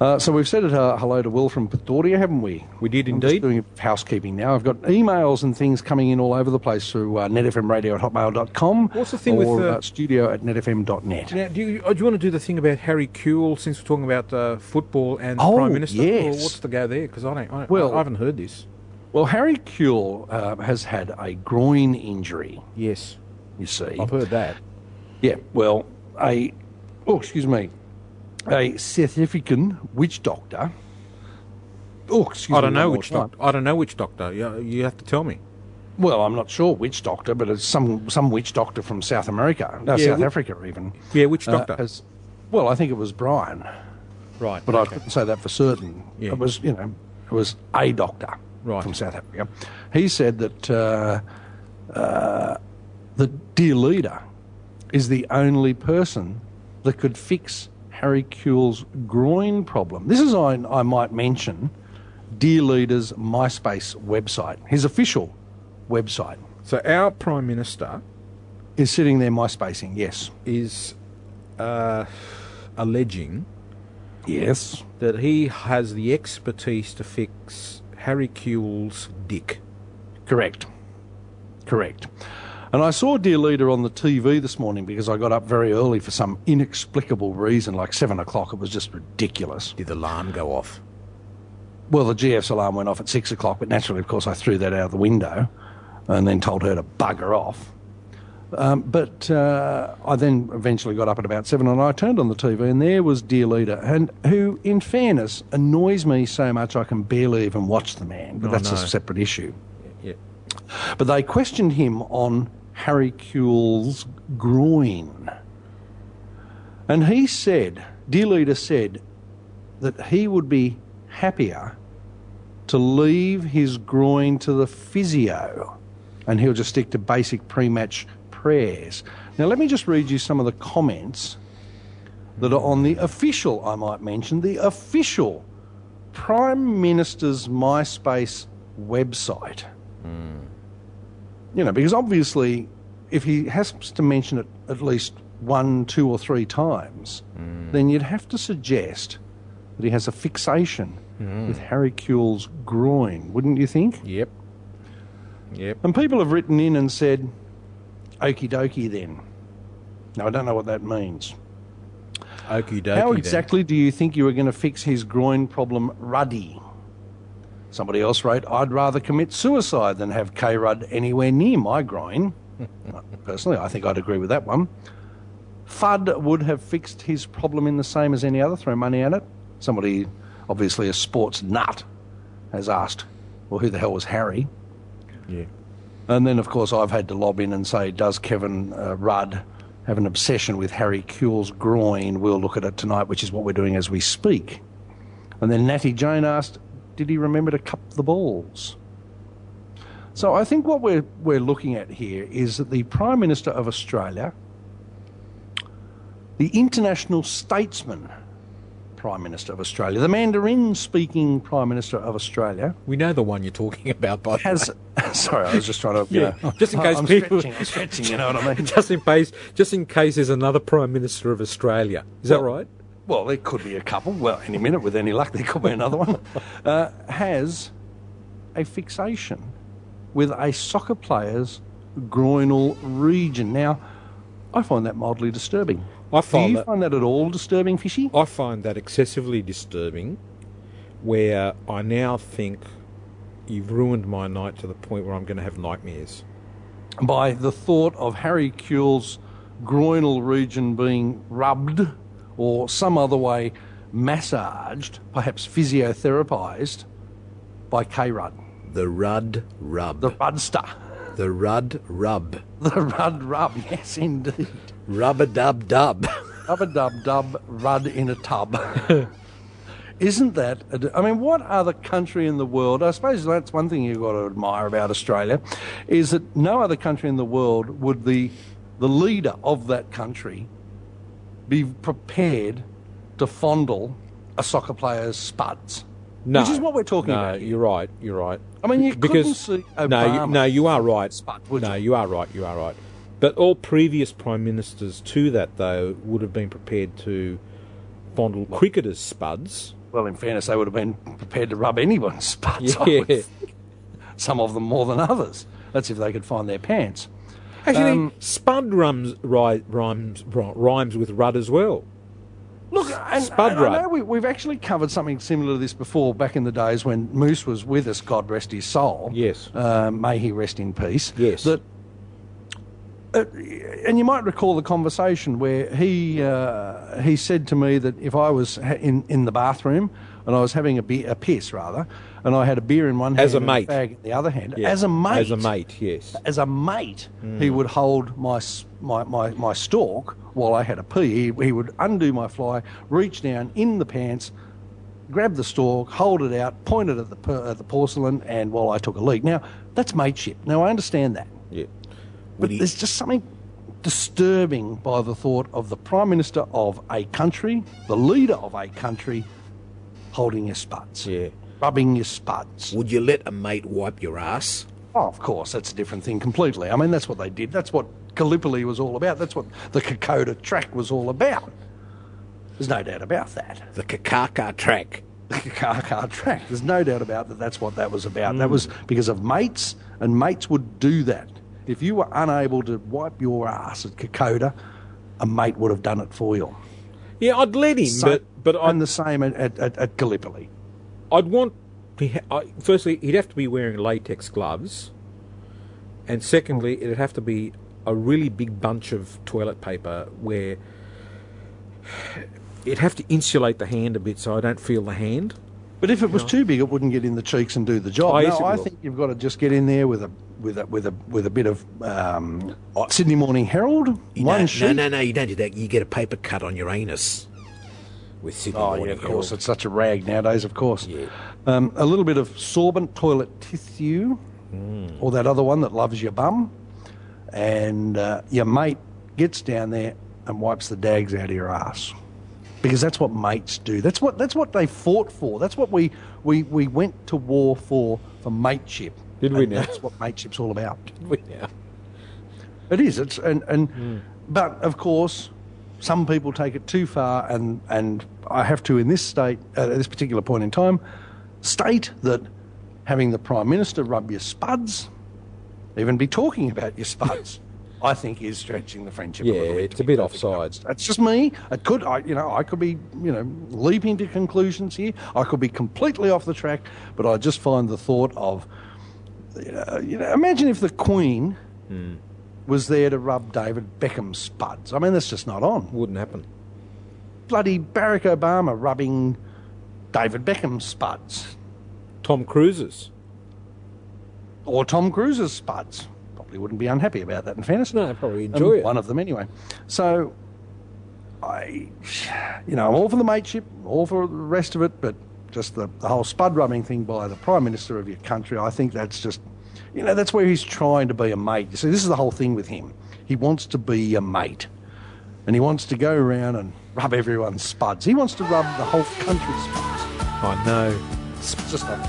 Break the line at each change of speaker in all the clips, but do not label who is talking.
Uh, so we've said uh, hello to Will from Pretoria, haven't we?
We did
I'm just
indeed.
doing housekeeping now. I've got emails and things coming in all over the place through uh, netfmradio at hotmail.com.
What's the thing
or,
with, uh,
uh, studio at netfm.net.
Now, do you, uh, do you want to do the thing about Harry Kuehl since we're talking about uh, football and
Oh,
Prime Minister? Or
yes.
what's the go there? Because I don't. I,
Well-
I haven't heard this.
Well, Harry Kuehl uh, has had a groin injury,
Yes,
you see.
I've heard that.
Yeah, well, a, oh, excuse me, a South African witch doctor. Oh, excuse
I don't
me,
know
one
which
more time.
doctor. I don't know which doctor. You, you have to tell me.
Well, I'm not sure which doctor, but it's some, some witch doctor from South America, no,
Yeah,
South
wh-
Africa even.
Yeah, which
uh,
doctor?
has- well, I think it was Brian,
right.
but I couldn't say that for certain.
Yeah.
It was, you know, it was a doctor
Right.
from South Africa. He said that uh, uh, the dear leader is the only person that could fix Harry Kuehl's groin problem. This is, I, I might mention, dear leader's MySpace website, his official website.
so our Prime Minister
is sitting there MySpacing, yes.
is uh, alleging
Yes.
that he has the expertise to fix Harry Kuehl's dick.
Correct. Correct. And I saw Dear Leader on the TV this morning because I got up very early for some inexplicable reason, like 7 o'clock. It was just ridiculous.
Did the alarm go off?
Well, the GF's alarm went off at 6 o'clock, but naturally, of course, I threw that out of the window and then told her to bugger off. Um, but uh, I then eventually got up at about 7 and I turned on the TV and there was Dear Leader, and who, in fairness, annoys me so much I can barely even watch the man, but
Oh,
that's
no.
a separate issue.
Yeah.
But they questioned him on Harry Kuehl's groin. And he said, Dear Leader said, that he would be happier to leave his groin to the physio and he'll just stick to basic pre match prayers. Now, let me just read you some of the comments that are on the official, I might mention, the official Prime Minister's MySpace website. You know, because obviously, if he has to mention it at least one, two, or three times, then you'd have to suggest that he has a fixation with Harry Kuehl's groin, wouldn't you think?
Yep. Yep.
And people have written in and said, okie dokie then. Now, I don't know what that means.
Okie dokie.
How
then.
exactly do you think you were going to fix his groin problem, Ruddy? Somebody else wrote, I'd rather commit suicide than have K Rudd anywhere near my groin. Personally, I think I'd agree with that one. Fudd would have fixed his problem in the same as any other, throw money at it. Somebody, obviously a sports nut, has asked, well, who the hell was Harry?
Yeah.
And then, of course, I've had to lob in and say, does Kevin uh, Rudd have an obsession with Harry Kuehl's groin? We'll look at it tonight, which is what we're doing as we speak. And then Natty Jane asked, did he remember to cup the balls? So I think what we're, we're looking at here is that the Prime Minister of Australia, the international statesman Prime Minister of Australia, the Mandarin speaking Prime Minister of Australia,
We know the one you're talking about, by the way.
has sorry, I was just trying to you
Yeah,
know,
just in case
I'm
people-
stretching, I'm stretching, you know what I mean?
just in case, just in case there's another Prime Minister of Australia. Is that right?
Well, there could be a couple. Well, any minute, with any luck, there could be another one. Uh, has a fixation with a soccer player's groinal region. Now, I find that mildly disturbing.
I
Do
find
you
that
find that at all disturbing, Fishy?
I find that excessively disturbing. Where I now think you've ruined my night to the point where I'm going to have nightmares.
By the thought of Harry Kuehl's groinal region being rubbed or some other way massaged, perhaps physiotherapized, by K Rudd,
The Rudd Rub.
the Rudster.
the Rudd Rub.
The Rudd Rub, yes, indeed.
Rubber dub dub.
Rub a dub dub, Rudd in a tub. Isn't that? a d I mean, what other country in the world? I suppose that's one thing you've got to admire about Australia, is that no other country in the world would the the leader of that country be prepared to fondle a soccer player's spuds.
No,
Which is what we're talking
no,
about here.
You're right. You're right.
I mean, you couldn't
because
see
no, you,
Obama
no, you are right.
spud, would
no, you? are right. You are right. But all previous prime ministers to that, though, would have been prepared to fondle cricketers' spuds
Well, in fairness, they would have been prepared to rub anyone's butts. I would
Yeah.
some of them more than others. That's if they could find their pants.
Actually,
Um,
Spud rhymes, ri- rhymes, ri- rhymes with Rudd as well.
Look, and,
Spud
and I
rub.
know we, we've actually covered something similar to this before back in the days when Moose was with us, God rest his soul.
Yes.
Uh, may he rest in peace.
Yes.
That, uh, and you might recall the conversation where he uh, he said to me that if I was ha- in, in the bathroom and I was having a, be- a piss, rather, and I had a beer in one hand
As a
and
mate.
a fag in the other hand,
Yeah.
as a mate.
As a mate, yes.
as a mate, he would hold my, s- my, my, my stalk while I had a pee. He, he would undo my fly, reach down in the pants, grab the stalk, hold it out, point it at the, per, at the porcelain, and while I took a leak. Now, that's mateship. Now, I understand that.
Yeah.
But there's just something disturbing by the thought of the Prime Minister of a country, the leader of a country, holding your spuds,
Yeah.
rubbing your spuds.
Would you let a mate wipe your ass?
Oh, of course, that's a different thing completely. I mean, that's what they did. That's what Gallipoli was all about. That's what the Kokoda track was all about. There's no doubt about that.
The Kakaka track.
The Kokoda track. There's no doubt about that. That's what that was about.
Hmm.
That was because of mates, and mates would do that. If you were unable to wipe your ass at Kokoda, a mate would have done it for you.
Yeah, I'd let him,
So-
but, but I'd,
and the same at, at, at, at Gallipoli.
I'd want. to ha- I, firstly, he'd have to be wearing latex gloves. And secondly, it'd have to be a really big bunch of toilet paper where it'd have to insulate the hand a bit so I don't feel the hand.
But if it was too big, it wouldn't get in the cheeks and do the job.
Oh, yes,
no,
it
I
will.
think you've got to just get in there with a with a with a with a bit of um, Sydney Morning Herald,
You
one
know-
sheet.
no, no, no, you don't do that. You get a paper cut on your anus. With Sydney
Oh, yeah,
Morning
of course.
Herald.
It's such a rag nowadays, of course.
Yeah.
Um, a little bit of sorbent toilet tissue, or that other one that loves your bum, and uh, your mate gets down there and wipes the dags out of your ass, because that's what mates do. That's what that's what they fought for. That's what we we, we went to war for for mateship.
Did we
And
now?
That's what mateship's all about.
Yeah.
It is. It's and and but of course, some people take it too far, and and I have to in this state at this particular point in time state that having the prime minister rub your spuds, even be talking about your spuds. I think is stretching the friendship. a
Yeah,
little bit,
it's
to
a
be
bit
perfectly
offside.
honest. That's just me. It could, I, you know, I could be, you know, leaping to conclusions here. I could be completely off the track, but I just find the thought of, you know, you know imagine if the Queen was there to rub David Beckham's spuds. I mean, that's just not on.
Wouldn't happen.
Bloody Barack Obama rubbing David Beckham's spuds
Tom Cruise's.
or Tom Cruise's spuds. Probably wouldn't be unhappy about that in fairness.
No, I'd probably
Um,
enjoy it.
One of them anyway. So I, you know, I'm all for the mateship, all for the rest of it, but just the, the whole spud rubbing thing by the prime minister of your country, I think that's just, you know, that's where he's trying to be a mate. You see, this is the whole thing with him. He wants to be a mate, and he wants to go around and rub everyone's spuds. He wants to rub the whole country's spuds.
I know.
It's just like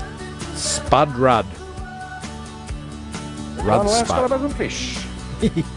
Spud Rudd.
Run
Rudd
last
Spud.
and fish.